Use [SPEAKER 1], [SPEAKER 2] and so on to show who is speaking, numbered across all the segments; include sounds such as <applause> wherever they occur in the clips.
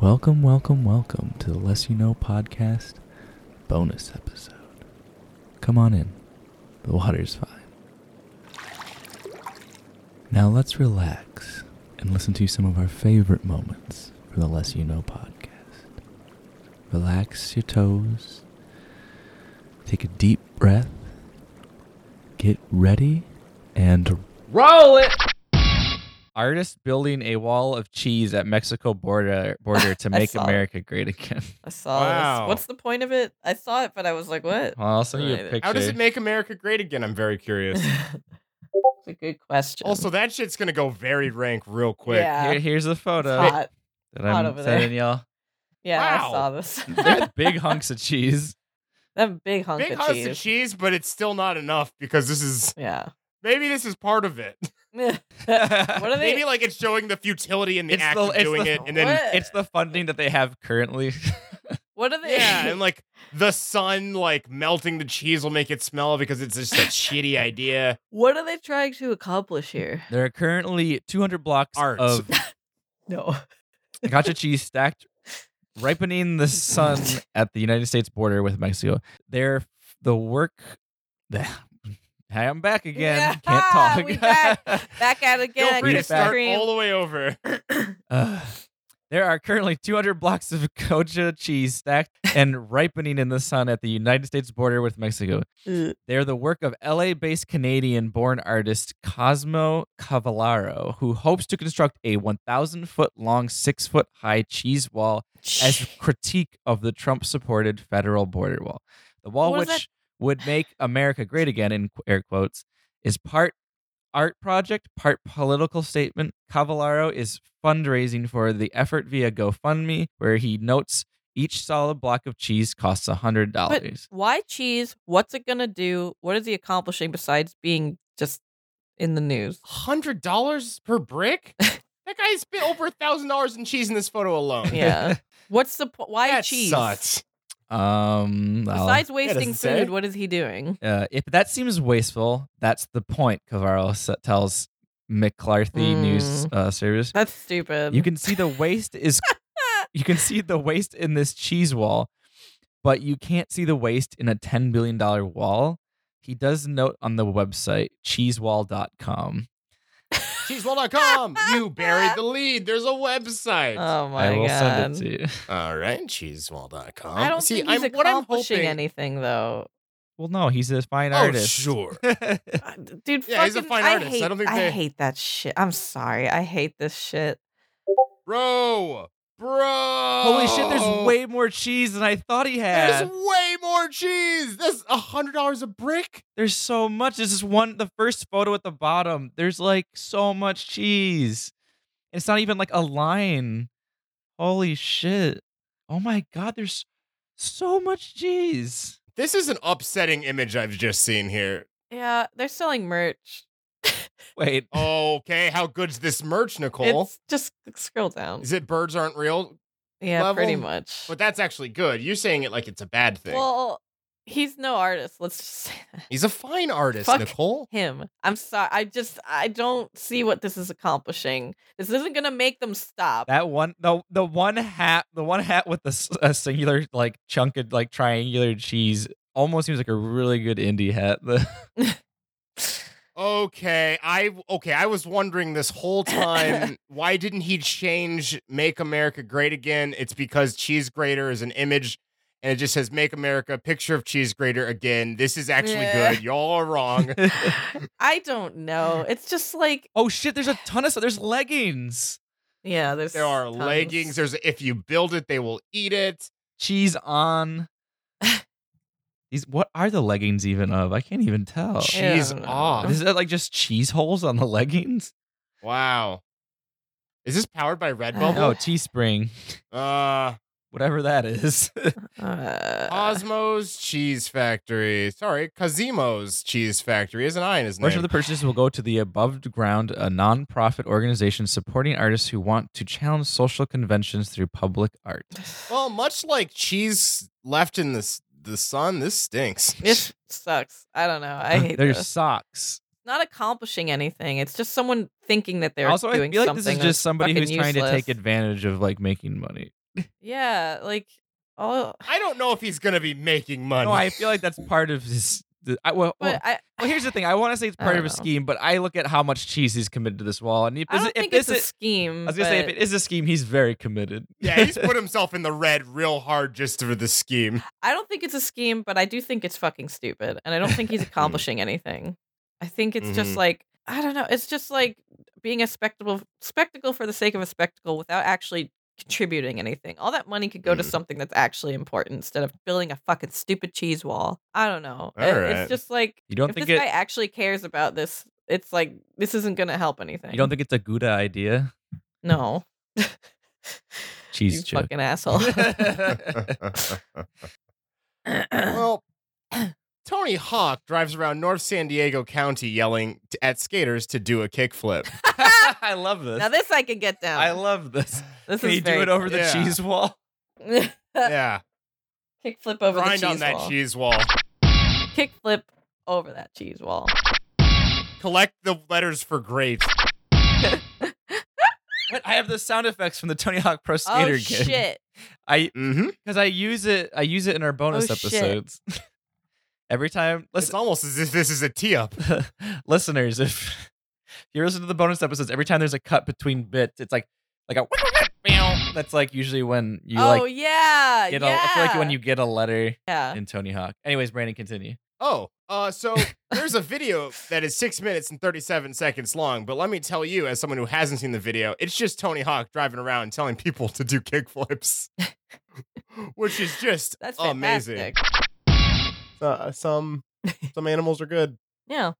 [SPEAKER 1] Welcome, welcome, welcome to the Less You Know podcast bonus episode. Come on in. The water's fine. Now let's relax and listen to some of our favorite moments from the Less You Know podcast. Relax your toes. Take a deep breath. Get ready and
[SPEAKER 2] Roll it.
[SPEAKER 3] Artist building a wall of cheese at Mexico border border to
[SPEAKER 4] <laughs> I
[SPEAKER 3] make
[SPEAKER 4] saw it.
[SPEAKER 3] America great again. <laughs>
[SPEAKER 4] I saw
[SPEAKER 2] Wow. Oh.
[SPEAKER 4] this. What's the point of it? I saw it, but I was like, what?
[SPEAKER 3] Well, I'll send you a
[SPEAKER 4] Right.
[SPEAKER 3] picture.
[SPEAKER 2] How does it make America great again? I'm very
[SPEAKER 4] <laughs>
[SPEAKER 2] curious.
[SPEAKER 4] It's a good question.
[SPEAKER 2] Also, that shit's gonna go very rank real quick.
[SPEAKER 4] yeah,
[SPEAKER 3] Here- here's the
[SPEAKER 4] it's
[SPEAKER 3] photo
[SPEAKER 4] hot.
[SPEAKER 3] that
[SPEAKER 4] hot
[SPEAKER 3] I'm
[SPEAKER 4] over there.
[SPEAKER 3] sending y'all.
[SPEAKER 4] Yeah,
[SPEAKER 2] Wow.
[SPEAKER 4] I saw this.
[SPEAKER 3] They're
[SPEAKER 4] <laughs>
[SPEAKER 3] big hunks of cheese.
[SPEAKER 4] that big hunk
[SPEAKER 2] Big
[SPEAKER 4] of
[SPEAKER 2] hunks
[SPEAKER 4] cheese.
[SPEAKER 2] of cheese, but it's still not enough because this is <laughs>
[SPEAKER 4] Yeah.
[SPEAKER 2] maybe this is part of it.
[SPEAKER 4] what <laughs>
[SPEAKER 3] it's
[SPEAKER 4] are they?
[SPEAKER 2] Maybe like it's showing the futility in the
[SPEAKER 3] It's
[SPEAKER 2] act
[SPEAKER 3] the-
[SPEAKER 2] of
[SPEAKER 3] <laughs> it's
[SPEAKER 2] doing
[SPEAKER 3] the-
[SPEAKER 2] it, and then
[SPEAKER 3] <laughs>
[SPEAKER 4] What?
[SPEAKER 3] the funding that they have currently. <laughs>
[SPEAKER 4] what are they?
[SPEAKER 2] yeah, and like the sun like melting the cheese will make it smell because it's
[SPEAKER 4] <laughs>
[SPEAKER 2] just a shitty idea.
[SPEAKER 4] <laughs> what are they trying to accomplish here?
[SPEAKER 3] there are currently 200 blocks
[SPEAKER 2] Art.
[SPEAKER 4] <laughs>
[SPEAKER 3] of
[SPEAKER 4] No.
[SPEAKER 3] gotcha cheese stacked, ripening
[SPEAKER 4] <laughs>
[SPEAKER 3] the sun at the United States border with Mexico. They're the work. <sighs> Hey, I'm back again. Can't
[SPEAKER 4] Yeah,
[SPEAKER 3] talk.
[SPEAKER 4] we back.
[SPEAKER 3] <laughs>
[SPEAKER 4] Back at it
[SPEAKER 2] <laughs>
[SPEAKER 4] again.
[SPEAKER 2] Feel free
[SPEAKER 3] get
[SPEAKER 2] to
[SPEAKER 3] it
[SPEAKER 4] Krispy
[SPEAKER 2] start
[SPEAKER 4] Kreme.
[SPEAKER 2] all the way over.
[SPEAKER 3] Uh, there are currently 200 blocks of <laughs> goja cheese stacked and ripening in the sun at the United States border with Mexico.
[SPEAKER 4] Ugh.
[SPEAKER 3] They're the work of LA based Canadian born artist Cosmo Cavallaro, who hopes to construct a 1,000 foot long, six foot high cheese wall as a critique of the Trump supported federal border wall. The wall,
[SPEAKER 4] What
[SPEAKER 3] which
[SPEAKER 4] is that?
[SPEAKER 3] would make America great again, in qu- air quotes, is part art project, part political statement. Cavallaro is fundraising for the effort via GoFundMe, where he notes each solid block of cheese costs $100.
[SPEAKER 4] But why cheese? What's it gonna do? What is he accomplishing besides being just in the news?
[SPEAKER 2] Hundred dollars per
[SPEAKER 4] <laughs>
[SPEAKER 2] brick. That guy spent over a thousand dollars in cheese in this photo alone. <laughs>
[SPEAKER 4] Yeah. What's the po- why
[SPEAKER 2] that
[SPEAKER 4] cheese?
[SPEAKER 2] sucks.
[SPEAKER 3] Um, well,
[SPEAKER 4] Besides wasting
[SPEAKER 2] doesn't say.
[SPEAKER 4] food, what is he doing?
[SPEAKER 3] uh, if that seems wasteful, that's the point. Cavaro s- tells McClarthy News
[SPEAKER 4] Mm.
[SPEAKER 3] uh, Service.
[SPEAKER 4] <laughs> That's stupid.
[SPEAKER 3] You can see the
[SPEAKER 4] <laughs>
[SPEAKER 3] waste is. you can see the waste in this cheese wall, but you can't see the waste in a ten billion dollar wall. He does note on the website cheesewall.com.
[SPEAKER 4] <laughs>
[SPEAKER 2] Cheesewall.com. you buried the lead. There's a website.
[SPEAKER 4] Oh my
[SPEAKER 3] I will
[SPEAKER 4] god.
[SPEAKER 3] send it to you.
[SPEAKER 2] All right, cheesewall.com.
[SPEAKER 4] I don't
[SPEAKER 2] Um, See,
[SPEAKER 4] think he's
[SPEAKER 2] I'm, what I'm
[SPEAKER 4] accomplishing
[SPEAKER 2] hoping.
[SPEAKER 4] anything
[SPEAKER 3] <laughs>
[SPEAKER 4] though.
[SPEAKER 3] Well, no, he's a fine
[SPEAKER 2] Oh,
[SPEAKER 4] <laughs>
[SPEAKER 3] artist.
[SPEAKER 2] sure.
[SPEAKER 4] I- Dude,
[SPEAKER 2] Yeah, he's a
[SPEAKER 4] fucking-
[SPEAKER 2] fine artist. I
[SPEAKER 4] I, hate,
[SPEAKER 2] don't think they-
[SPEAKER 4] hate that shit. I'm sorry. I hate this shit.
[SPEAKER 2] Bro, bro.
[SPEAKER 3] Holy shit!
[SPEAKER 4] Oh.
[SPEAKER 3] There's way more cheese than I thought he
[SPEAKER 2] There's
[SPEAKER 3] had.
[SPEAKER 2] way more cheese. That's a hundred dollars a brick.
[SPEAKER 3] There's so much. This is one the first photo at the bottom. There's like so much cheese. It's not even like a line. Holy shit. Oh my god, there's so much cheese.
[SPEAKER 2] This is an upsetting image I've just seen here.
[SPEAKER 4] Yeah, they're selling merch.
[SPEAKER 3] Wait.
[SPEAKER 2] Okay, how good's this merch, Nicole?
[SPEAKER 4] It's just scroll down.
[SPEAKER 2] Is it birds aren't real?
[SPEAKER 4] Yeah, pretty
[SPEAKER 2] level?
[SPEAKER 4] much.
[SPEAKER 2] But that's actually good. You're saying it like it's a bad thing.
[SPEAKER 4] Well, he's no artist. Let's just <laughs> say that.
[SPEAKER 2] He's a fine artist,
[SPEAKER 4] Fuck.
[SPEAKER 2] Nicole.
[SPEAKER 4] him. I'm sorry. I just I don't see what this is accomplishing. This isn't gonna make them stop.
[SPEAKER 3] That one the the one hat, the one hat with the s- a singular like chunk of like triangular cheese almost seems like a really good indie hat. <laughs> The
[SPEAKER 2] Okay, I okay, I was wondering this whole time why didn't he change make America great again? It's because cheese grater is an image and it just says make America picture of cheese grater again. This is actually
[SPEAKER 4] Yeah.
[SPEAKER 2] good. Y'all are wrong.
[SPEAKER 4] <laughs> I don't know. It's just like
[SPEAKER 3] Oh shit, there's a ton of stuff. There's leggings.
[SPEAKER 4] yeah. There's
[SPEAKER 2] There are
[SPEAKER 4] tons.
[SPEAKER 2] leggings. There's if you build it, they will eat it.
[SPEAKER 3] cheese <laughs> on. These what are the leggings even of? I can't even tell.
[SPEAKER 4] Ch-
[SPEAKER 2] Cheese
[SPEAKER 4] I don't know.
[SPEAKER 2] off.
[SPEAKER 3] Is that like just cheese holes on the leggings?
[SPEAKER 2] Wow. Is this powered by Redbubble?
[SPEAKER 3] Oh, Teespring,
[SPEAKER 2] Uh
[SPEAKER 3] whatever that is. <laughs>
[SPEAKER 4] Uh,
[SPEAKER 2] Osmo's Cheese Factory. Sorry, Kazimo's Cheese Factory. Is an I in his
[SPEAKER 3] Portion
[SPEAKER 2] name.
[SPEAKER 3] of the purchase will go to the above ground, a nonprofit organization supporting artists who want to challenge social conventions through public art.
[SPEAKER 2] Well, much like cheese left in the s- the sun, this stinks.
[SPEAKER 4] This sucks. I don't know. I hate
[SPEAKER 3] There's
[SPEAKER 4] this.
[SPEAKER 3] socks.
[SPEAKER 4] Not accomplishing anything. It's just someone thinking that they're
[SPEAKER 3] also, I
[SPEAKER 4] doing
[SPEAKER 3] feel like
[SPEAKER 4] something.
[SPEAKER 3] this is
[SPEAKER 4] that's
[SPEAKER 3] just somebody who's
[SPEAKER 4] fucking
[SPEAKER 3] trying to
[SPEAKER 4] useless.
[SPEAKER 3] take advantage of like making money.
[SPEAKER 4] Yeah, like oh,
[SPEAKER 2] <laughs> I don't know if he's gonna be making money.
[SPEAKER 3] No, I feel like that's part of his. The, I, well, well,
[SPEAKER 4] but I.
[SPEAKER 3] well, here's the thing. I want to say it's
[SPEAKER 4] I
[SPEAKER 3] part
[SPEAKER 4] don't
[SPEAKER 3] of a
[SPEAKER 4] know.
[SPEAKER 3] scheme, but I look at how much cheese he's committed to this wall, and if
[SPEAKER 4] I
[SPEAKER 3] this,
[SPEAKER 4] don't
[SPEAKER 3] if
[SPEAKER 4] think
[SPEAKER 3] this
[SPEAKER 4] it's a
[SPEAKER 3] is,
[SPEAKER 4] scheme.
[SPEAKER 3] I was gonna say if
[SPEAKER 4] but
[SPEAKER 3] it is a scheme, he's very committed.
[SPEAKER 2] <laughs> yeah,
[SPEAKER 3] <laughs>
[SPEAKER 2] he's put himself in the red real hard just for the scheme.
[SPEAKER 4] I don't think it's a scheme, but I do think it's fucking stupid, and I don't think
[SPEAKER 3] <laughs> Hmm.
[SPEAKER 4] he's accomplishing anything. I think it's just
[SPEAKER 3] Mm-hmm.
[SPEAKER 2] Mhm.
[SPEAKER 4] like I don't know. It's just like being a spectacle spectacle for the sake of a spectacle without actually contributing anything. All that money could go to
[SPEAKER 3] Mm-hmm.
[SPEAKER 2] Mhm.
[SPEAKER 4] something that's actually important instead of building a fucking stupid cheese wall. I don't know.
[SPEAKER 2] All
[SPEAKER 4] It-
[SPEAKER 2] right.
[SPEAKER 4] It's just like
[SPEAKER 3] You don't
[SPEAKER 4] if
[SPEAKER 3] think
[SPEAKER 4] this
[SPEAKER 3] it?
[SPEAKER 4] guy actually cares about this, it's like this isn't gonna help anything.
[SPEAKER 3] you don't think it's a Gouda idea?
[SPEAKER 4] No.
[SPEAKER 3] Cheese
[SPEAKER 4] you
[SPEAKER 3] joke. <laughs>
[SPEAKER 4] fucking asshole. <coughs>
[SPEAKER 2] well, <clears throat> Tony Hawk drives around North San Diego County yelling t- at skaters to do a kickflip.
[SPEAKER 3] I love this.
[SPEAKER 4] now this I could get down.
[SPEAKER 3] I love this.
[SPEAKER 4] this
[SPEAKER 3] Can
[SPEAKER 4] is
[SPEAKER 3] you do
[SPEAKER 4] very <laughs>
[SPEAKER 3] it over the
[SPEAKER 2] Yeah.
[SPEAKER 3] cheese wall?
[SPEAKER 2] yeah,
[SPEAKER 4] kick flip over the
[SPEAKER 2] grind
[SPEAKER 4] cheese
[SPEAKER 2] on that
[SPEAKER 4] wall.
[SPEAKER 2] cheese wall.
[SPEAKER 4] Kick flip over that cheese wall.
[SPEAKER 2] Collect the letters for great.
[SPEAKER 3] <laughs> What? I have the sound effects from the Tony Hawk Pro Skater
[SPEAKER 4] oh
[SPEAKER 3] game.
[SPEAKER 4] shit!
[SPEAKER 3] I
[SPEAKER 2] Mm-hmm.
[SPEAKER 3] because I use it. I use it in our bonus
[SPEAKER 4] Oh, shit.
[SPEAKER 3] episodes. <laughs> Every time, listen,
[SPEAKER 2] It's almost as if this is a tee up.
[SPEAKER 3] listeners, if <laughs> you listen to the bonus episodes, every time there's a cut between bits, it's like like a <laughs> meow. that's like usually when <laughs> you
[SPEAKER 4] oh
[SPEAKER 3] like
[SPEAKER 4] yeah,
[SPEAKER 3] get
[SPEAKER 4] yeah. Uh.
[SPEAKER 3] a, it's like when you get a letter
[SPEAKER 4] yeah.
[SPEAKER 3] in Tony Hawk. Anyways, Brandon, continue.
[SPEAKER 2] Oh, uh,
[SPEAKER 3] <laughs>
[SPEAKER 2] so there's a video that is six minutes and 37 seconds long, but let me tell you, as someone who hasn't seen the video, it's just Tony Hawk driving around telling people to do kickflips, <laughs> which is
[SPEAKER 3] <laughs>
[SPEAKER 2] just
[SPEAKER 4] That's
[SPEAKER 3] Oh,
[SPEAKER 2] amazing.
[SPEAKER 4] fantastic.
[SPEAKER 2] Uh,
[SPEAKER 3] <laughs>
[SPEAKER 2] some some animals are good.
[SPEAKER 4] Yeah.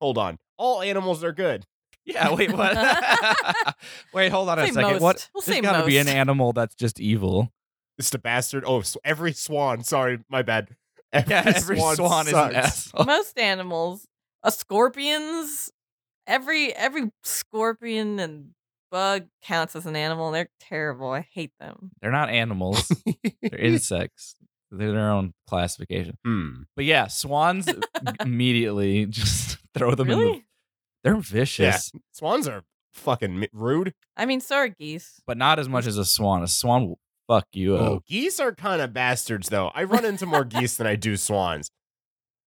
[SPEAKER 2] Hold on, all animals are good.
[SPEAKER 3] Yeah, wait, what? <laughs> wait, hold on a
[SPEAKER 4] Say
[SPEAKER 3] second.
[SPEAKER 4] most.
[SPEAKER 3] What?
[SPEAKER 4] We'll
[SPEAKER 3] There's
[SPEAKER 4] say
[SPEAKER 3] gotta be an
[SPEAKER 4] most.
[SPEAKER 3] animal that's just evil.
[SPEAKER 2] It's the bastard. Oh, s every swan. Sorry, my bad.
[SPEAKER 3] Yeah, every swan, is an
[SPEAKER 2] sucks. <laughs>
[SPEAKER 3] asshole.
[SPEAKER 4] Most animals, a scorpions, every every scorpion and bug counts as an animal. and They're terrible. I hate them.
[SPEAKER 3] They're not animals.
[SPEAKER 2] <laughs>
[SPEAKER 3] They're insects. They're their own classification.
[SPEAKER 2] Hmm.
[SPEAKER 3] But yeah, swans immediately just <laughs> throw them in the.
[SPEAKER 4] really?
[SPEAKER 3] They're vicious,
[SPEAKER 2] Swans are fucking mi- rude.
[SPEAKER 4] I mean, so are geese.
[SPEAKER 3] but not as much as a swan. A swan will fuck you
[SPEAKER 2] Oh,
[SPEAKER 3] up.
[SPEAKER 2] geese are kind of bastards, though. I run into more geese than I do swans.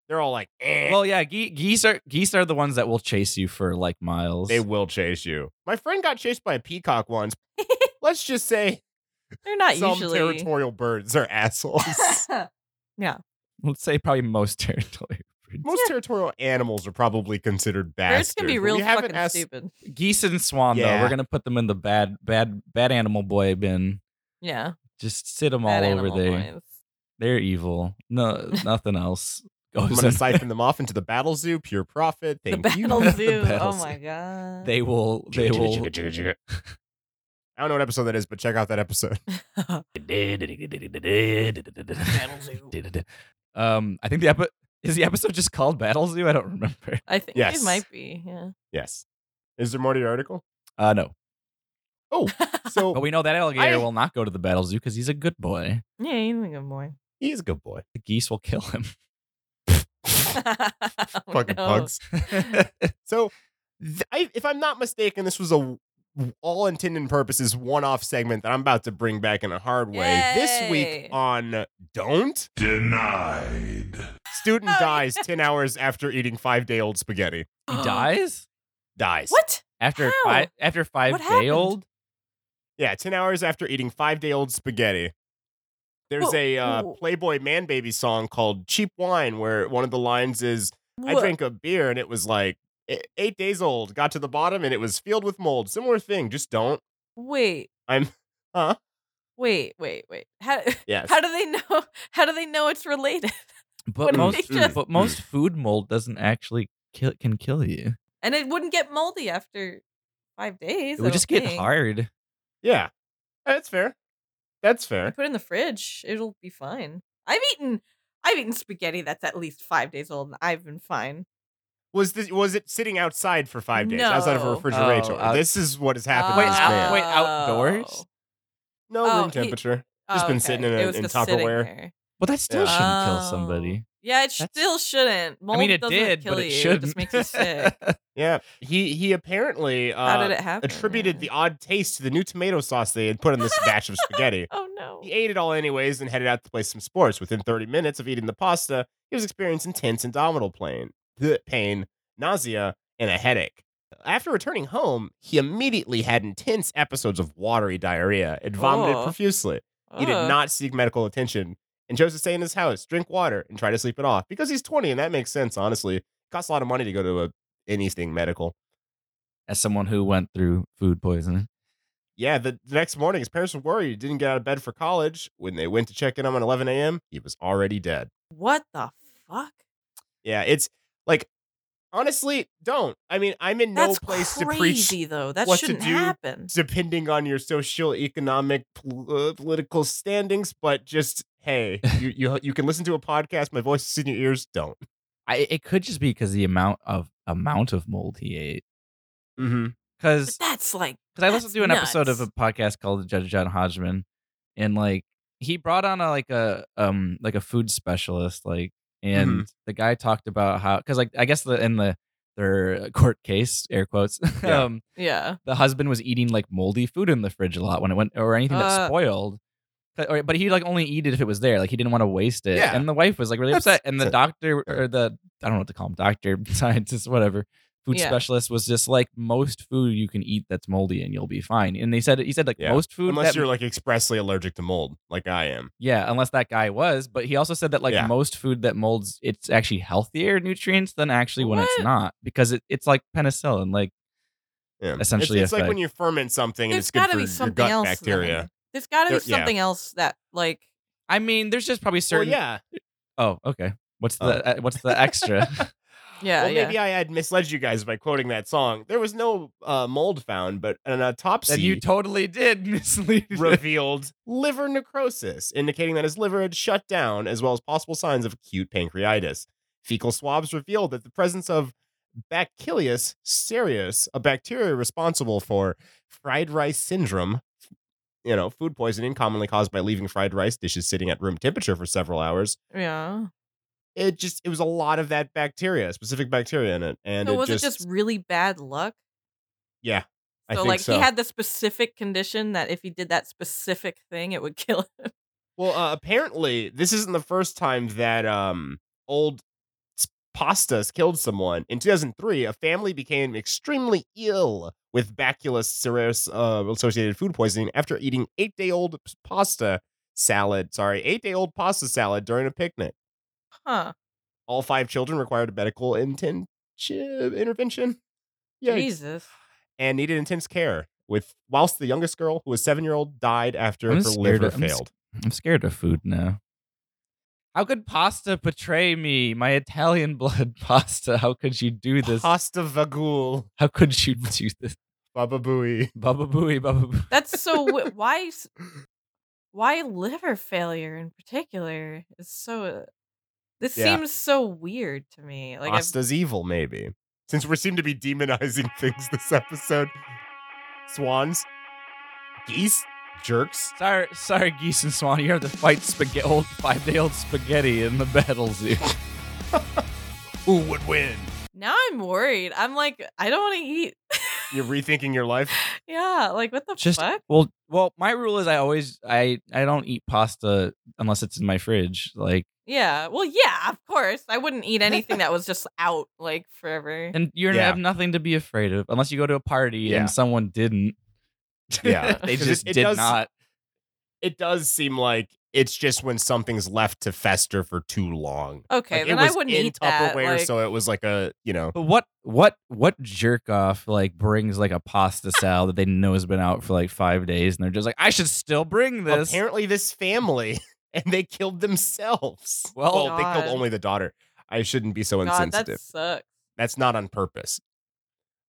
[SPEAKER 2] They're all like, eh.
[SPEAKER 3] Well, yeah, ge- geese are geese are the ones that will chase you for like miles.
[SPEAKER 2] they will chase you. My friend got chased by a peacock once.
[SPEAKER 4] <laughs>
[SPEAKER 2] Let's just say
[SPEAKER 4] They're not
[SPEAKER 2] some
[SPEAKER 4] usually. <laughs>
[SPEAKER 2] territorial birds are assholes.
[SPEAKER 3] <laughs> Let's say probably most territory.
[SPEAKER 2] Most territorial animals are probably considered bastards.
[SPEAKER 4] Birds can be
[SPEAKER 2] but
[SPEAKER 4] real
[SPEAKER 2] we haven't
[SPEAKER 4] fucking
[SPEAKER 2] asked-
[SPEAKER 4] stupid.
[SPEAKER 3] Geese and swan
[SPEAKER 2] Yeah.
[SPEAKER 3] though, we're gonna put them in the bad, bad, bad animal boy bin.
[SPEAKER 4] Yeah.
[SPEAKER 3] Just sit them
[SPEAKER 4] bad
[SPEAKER 3] all over
[SPEAKER 4] animal
[SPEAKER 3] there.
[SPEAKER 4] boys.
[SPEAKER 3] They're evil.
[SPEAKER 4] <laughs>
[SPEAKER 3] No, nothing else. Oh,
[SPEAKER 2] I'm going
[SPEAKER 3] goes
[SPEAKER 2] to
[SPEAKER 3] in
[SPEAKER 2] siphon them off into the battle zoo. Pure profit.
[SPEAKER 4] The
[SPEAKER 2] Thank you. <laughs>
[SPEAKER 4] battle
[SPEAKER 3] <laughs> The
[SPEAKER 4] zoo.
[SPEAKER 3] battle
[SPEAKER 4] oh
[SPEAKER 3] zoo.
[SPEAKER 4] my god.
[SPEAKER 3] <laughs> They will. They <laughs> will.
[SPEAKER 2] I don't know what episode that is, but check out that episode. <laughs>
[SPEAKER 3] um, I think the epi- is the episode just called Battle Zoo. I don't remember.
[SPEAKER 4] <laughs>
[SPEAKER 3] <laughs>
[SPEAKER 4] I think
[SPEAKER 2] Yes.
[SPEAKER 4] it might be. Yeah.
[SPEAKER 2] Yes. Is there more to your article?
[SPEAKER 4] <laughs>
[SPEAKER 3] Uh, no,
[SPEAKER 2] So
[SPEAKER 4] Oh,
[SPEAKER 3] but we know that alligator
[SPEAKER 2] I-
[SPEAKER 3] will not go to the Battle Zoo because he's a good boy.
[SPEAKER 4] Yeah, he's a good <laughs>
[SPEAKER 3] <laughs>
[SPEAKER 4] boy.
[SPEAKER 2] he's a good boy.
[SPEAKER 3] The geese will
[SPEAKER 4] <gasps>
[SPEAKER 3] kill him.
[SPEAKER 4] Oh <laughs>
[SPEAKER 2] Fucking bugs. <laughs> So, th- I, if I'm not mistaken, this was a all intended and purposes one-off segment that I'm about to bring back in a hard way this
[SPEAKER 4] Yay.
[SPEAKER 2] week on
[SPEAKER 4] <laughs>
[SPEAKER 2] "Don't
[SPEAKER 5] Denied.
[SPEAKER 2] Student
[SPEAKER 4] Oh,
[SPEAKER 2] Dies Ten Hours After Eating Five-Day-Old Spaghetti."
[SPEAKER 3] He dies
[SPEAKER 2] Dies.
[SPEAKER 4] <gasps> What?
[SPEAKER 3] after
[SPEAKER 4] How?
[SPEAKER 3] five after five day
[SPEAKER 4] happened?
[SPEAKER 3] old.
[SPEAKER 2] Yeah, ten hours after eating five-day-old spaghetti. There's
[SPEAKER 4] Whoa,
[SPEAKER 2] a uh,
[SPEAKER 4] whoa.
[SPEAKER 2] Playboy Man Baby song called "Cheap Wine," where one of the lines is, I
[SPEAKER 4] Wha-
[SPEAKER 2] drank a beer and it was like e- eight days old. Got to the bottom and it was filled with mold. Similar thing. Just don't.
[SPEAKER 4] Wait.
[SPEAKER 2] I'm- Huh?
[SPEAKER 4] Wait. Wait. Wait. How? <laughs>
[SPEAKER 2] Yes.
[SPEAKER 4] How do they know? How do they know it's related? <laughs> What
[SPEAKER 3] But
[SPEAKER 4] did
[SPEAKER 3] most Mm.
[SPEAKER 4] they just-
[SPEAKER 3] but most food mold doesn't actually kill can kill you.
[SPEAKER 4] And it wouldn't get moldy after five days. I
[SPEAKER 3] It would
[SPEAKER 4] don't
[SPEAKER 3] just get
[SPEAKER 4] think.
[SPEAKER 3] hard.
[SPEAKER 2] yeah, Eh, that's fair. That's
[SPEAKER 4] You
[SPEAKER 2] fair.
[SPEAKER 4] put it in the fridge. It'll be fine. I've eaten. I've eaten spaghetti that's at least five days old, and I've been fine.
[SPEAKER 2] Was this was it sitting outside for five days outside of a
[SPEAKER 4] No.
[SPEAKER 2] refrigerator?
[SPEAKER 3] Oh, out-
[SPEAKER 2] this is what has happened.
[SPEAKER 3] Wait,
[SPEAKER 2] to this
[SPEAKER 3] out-
[SPEAKER 2] man.
[SPEAKER 3] wait, outdoors?
[SPEAKER 4] Oh.
[SPEAKER 2] no
[SPEAKER 4] oh,
[SPEAKER 2] room
[SPEAKER 4] he-
[SPEAKER 2] temperature.
[SPEAKER 4] Oh,
[SPEAKER 2] Just been
[SPEAKER 4] okay.
[SPEAKER 2] sitting in
[SPEAKER 4] It
[SPEAKER 2] a-
[SPEAKER 4] was
[SPEAKER 2] in
[SPEAKER 4] just sitting
[SPEAKER 2] Tupperware.
[SPEAKER 4] there.
[SPEAKER 3] But that still
[SPEAKER 2] Yeah.
[SPEAKER 3] shouldn't kill
[SPEAKER 4] Oh.
[SPEAKER 3] somebody.
[SPEAKER 4] Yeah, it
[SPEAKER 3] That's-
[SPEAKER 4] still shouldn't. Mold
[SPEAKER 3] I mean, it
[SPEAKER 4] doesn't
[SPEAKER 3] did,
[SPEAKER 4] kill
[SPEAKER 3] but
[SPEAKER 4] you.
[SPEAKER 3] it should.
[SPEAKER 4] It just makes you sick.
[SPEAKER 2] Yeah, he he apparently <laughs> uh,
[SPEAKER 4] How did it happen?
[SPEAKER 2] attributed
[SPEAKER 4] Yeah.
[SPEAKER 2] the odd taste to the new tomato sauce they had put in this batch of spaghetti.
[SPEAKER 4] Oh no.
[SPEAKER 2] <laughs> He ate it all anyways and headed out to play some sports. Within 30 minutes of eating the pasta, he was experiencing intense abdominal pain, bleh, pain, nausea, and a headache. After returning home, he immediately had intense episodes of watery diarrhea and vomited
[SPEAKER 4] Oh.
[SPEAKER 2] profusely. He did
[SPEAKER 4] Ugh.
[SPEAKER 2] not seek medical attention and chose to stay in his house, drink water, and try to sleep it off because he's 20 and that makes sense, honestly. costs a lot of money to go to a, anything medical.
[SPEAKER 4] Oh.
[SPEAKER 3] As someone who went through food poisoning,
[SPEAKER 2] Yeah, the, the next morning, his parents were worried he didn't get out of bed for college. When they went to check in on him at 11 a.m., he was already dead.
[SPEAKER 4] What the fuck?
[SPEAKER 2] Yeah, it's like, honestly, don't. I mean, I'm in no
[SPEAKER 4] That's
[SPEAKER 2] place
[SPEAKER 4] crazy,
[SPEAKER 2] to preach
[SPEAKER 4] though. That
[SPEAKER 2] what to
[SPEAKER 4] shouldn't
[SPEAKER 2] do.
[SPEAKER 4] happen.
[SPEAKER 2] depending on your social, economic, pol- uh, political standings, but just, hey, you, you, you can listen to a podcast. My voice is in your ears. Don't.
[SPEAKER 3] I, it could just be because the amount of amount of mold he ate.
[SPEAKER 2] Mm-hmm.
[SPEAKER 3] Because
[SPEAKER 4] But that's like
[SPEAKER 3] Because I listened
[SPEAKER 4] That's
[SPEAKER 3] to an episode of a
[SPEAKER 4] nuts.
[SPEAKER 3] podcast called Judge John Hodgman, and like he brought on a like a um like a food specialist, like
[SPEAKER 4] Mm-hmm.
[SPEAKER 3] and the guy talked about how because like I guess the in the their court case air quotes <laughs>
[SPEAKER 2] Yeah.
[SPEAKER 3] um
[SPEAKER 4] yeah.
[SPEAKER 3] the husband was eating like moldy food in the fridge a lot when it went or anything that
[SPEAKER 4] Uh.
[SPEAKER 3] spoiled. But, or- but he like only eat it if it was there. Like he didn't want to waste it.
[SPEAKER 2] Yeah.
[SPEAKER 3] And the wife was like really
[SPEAKER 2] That's-
[SPEAKER 3] upset. And the
[SPEAKER 2] that's
[SPEAKER 3] doctor or the I don't know what to call him, doctor, <laughs> scientist, whatever, food
[SPEAKER 4] Yeah.
[SPEAKER 3] specialist was just like most food you can eat that's moldy and you'll be fine. And they said he said like
[SPEAKER 2] Yeah.
[SPEAKER 3] most food
[SPEAKER 2] Unless
[SPEAKER 3] that-
[SPEAKER 2] you're like expressly allergic to mold, like I am.
[SPEAKER 3] yeah, unless that guy was. But he also said that like
[SPEAKER 2] Yeah.
[SPEAKER 3] most food that molds, it's actually healthier nutrients than actually when it's
[SPEAKER 4] What?
[SPEAKER 3] not because it, it's like penicillin. Like
[SPEAKER 2] Yeah.
[SPEAKER 3] Essentially
[SPEAKER 2] it's, it's like
[SPEAKER 3] affect-
[SPEAKER 2] when you ferment something and
[SPEAKER 4] There's
[SPEAKER 2] it's good
[SPEAKER 4] got to
[SPEAKER 2] for
[SPEAKER 4] be
[SPEAKER 2] your
[SPEAKER 4] something
[SPEAKER 2] gut
[SPEAKER 4] else.
[SPEAKER 2] bacteria.
[SPEAKER 4] then. There's got to
[SPEAKER 2] There-
[SPEAKER 4] be
[SPEAKER 2] yeah.
[SPEAKER 4] something else that like
[SPEAKER 3] I mean, there's just probably certain.
[SPEAKER 2] Well, yeah.
[SPEAKER 3] Oh, okay. What's the uh, what's the <laughs> extra?
[SPEAKER 4] yeah
[SPEAKER 2] well,
[SPEAKER 4] yeah.
[SPEAKER 2] maybe I had misled you guys by quoting that song. There was no uh, mold found, but an autopsy
[SPEAKER 3] that you totally did <laughs> mislead.
[SPEAKER 2] revealed liver necrosis, indicating that his liver had shut down, as well as possible signs of acute pancreatitis. Fecal swabs revealed that the presence of Bacillus cereus, a bacteria responsible for fried rice syndrome, you know, food poisoning commonly caused by leaving fried rice dishes sitting at room temperature for several hours.
[SPEAKER 4] yeah.
[SPEAKER 2] It just, it was a lot of that bacteria, specific bacteria in it. And
[SPEAKER 4] so
[SPEAKER 2] it
[SPEAKER 4] was
[SPEAKER 2] just,
[SPEAKER 4] it just really bad luck?
[SPEAKER 2] yeah. I
[SPEAKER 4] So
[SPEAKER 2] think
[SPEAKER 4] like
[SPEAKER 2] so.
[SPEAKER 4] he had the specific condition that if he did that specific thing, it would kill him. <laughs>
[SPEAKER 2] Well, uh, apparently, this isn't the first time that um, old s- pastas killed someone. In 2003, a family became extremely ill with Bacillus cereus uh, associated food poisoning after eating eight day old pasta salad. Sorry, eight day old pasta salad during a picnic.
[SPEAKER 4] Huh.
[SPEAKER 2] All five children required a medical inten- chi- intervention. Yeah,
[SPEAKER 4] Jesus.
[SPEAKER 2] and needed intense care. With whilst the youngest girl, who was seven year old, died after
[SPEAKER 3] I'm
[SPEAKER 2] her
[SPEAKER 3] scared
[SPEAKER 2] liver
[SPEAKER 3] of- I'm s-
[SPEAKER 2] failed.
[SPEAKER 3] I'm scared of food now. How could pasta betray me? My Italian <laughs> blood pasta. How could you do this?
[SPEAKER 2] Pasta vagul,
[SPEAKER 3] How could you <laughs> do this?
[SPEAKER 2] Baba Booey.
[SPEAKER 3] Baba booey, baba boo.
[SPEAKER 4] That's so w-
[SPEAKER 2] <laughs>
[SPEAKER 4] why s- why liver failure in particular is so uh, this
[SPEAKER 2] Yeah.
[SPEAKER 4] seems so weird to me. Like I've-
[SPEAKER 2] Pasta's evil, maybe. Since we seem to be demonizing <laughs> things this episode, swans, geese, jerks.
[SPEAKER 3] Sorry, sorry, geese and swan. You have to fight spaghetti, old five-day-old spaghetti in the battle zoo. <laughs>
[SPEAKER 2] Who would win?
[SPEAKER 4] now I'm worried. I'm like I don't want to eat. <laughs>
[SPEAKER 2] You're rethinking your life.
[SPEAKER 4] yeah, like what the
[SPEAKER 3] Just
[SPEAKER 4] fuck?
[SPEAKER 3] well, well. My rule is I always I I don't eat pasta unless it's in my fridge. Like,
[SPEAKER 4] Yeah. Well, yeah, of course. I wouldn't eat anything that was just out like forever.
[SPEAKER 3] and you
[SPEAKER 2] Yeah.
[SPEAKER 3] have nothing to be afraid of unless you go to a party
[SPEAKER 2] Yeah.
[SPEAKER 3] and someone didn't.
[SPEAKER 2] <laughs>
[SPEAKER 3] <laughs>
[SPEAKER 2] Yeah,
[SPEAKER 3] they
[SPEAKER 2] 'cause it-
[SPEAKER 3] just
[SPEAKER 2] it
[SPEAKER 3] did
[SPEAKER 2] does-
[SPEAKER 3] not.
[SPEAKER 2] It does seem like it's just when something's left to fester for too long.
[SPEAKER 4] Okay,
[SPEAKER 2] Like,
[SPEAKER 4] then
[SPEAKER 2] it was
[SPEAKER 4] I wouldn't
[SPEAKER 2] in
[SPEAKER 4] eat that.
[SPEAKER 2] Tupperware,
[SPEAKER 4] like-
[SPEAKER 2] so it was like a you know.
[SPEAKER 3] But what what what jerk off like brings like a pasta salad that they know has been out for like five days and they're just like I should still bring this.
[SPEAKER 2] Apparently, this family <laughs> and they killed themselves.
[SPEAKER 3] Well-
[SPEAKER 2] they killed
[SPEAKER 4] God.
[SPEAKER 2] only the daughter. I shouldn't be so
[SPEAKER 4] God,
[SPEAKER 2] insensitive.
[SPEAKER 4] that sucks.
[SPEAKER 2] that's not on purpose.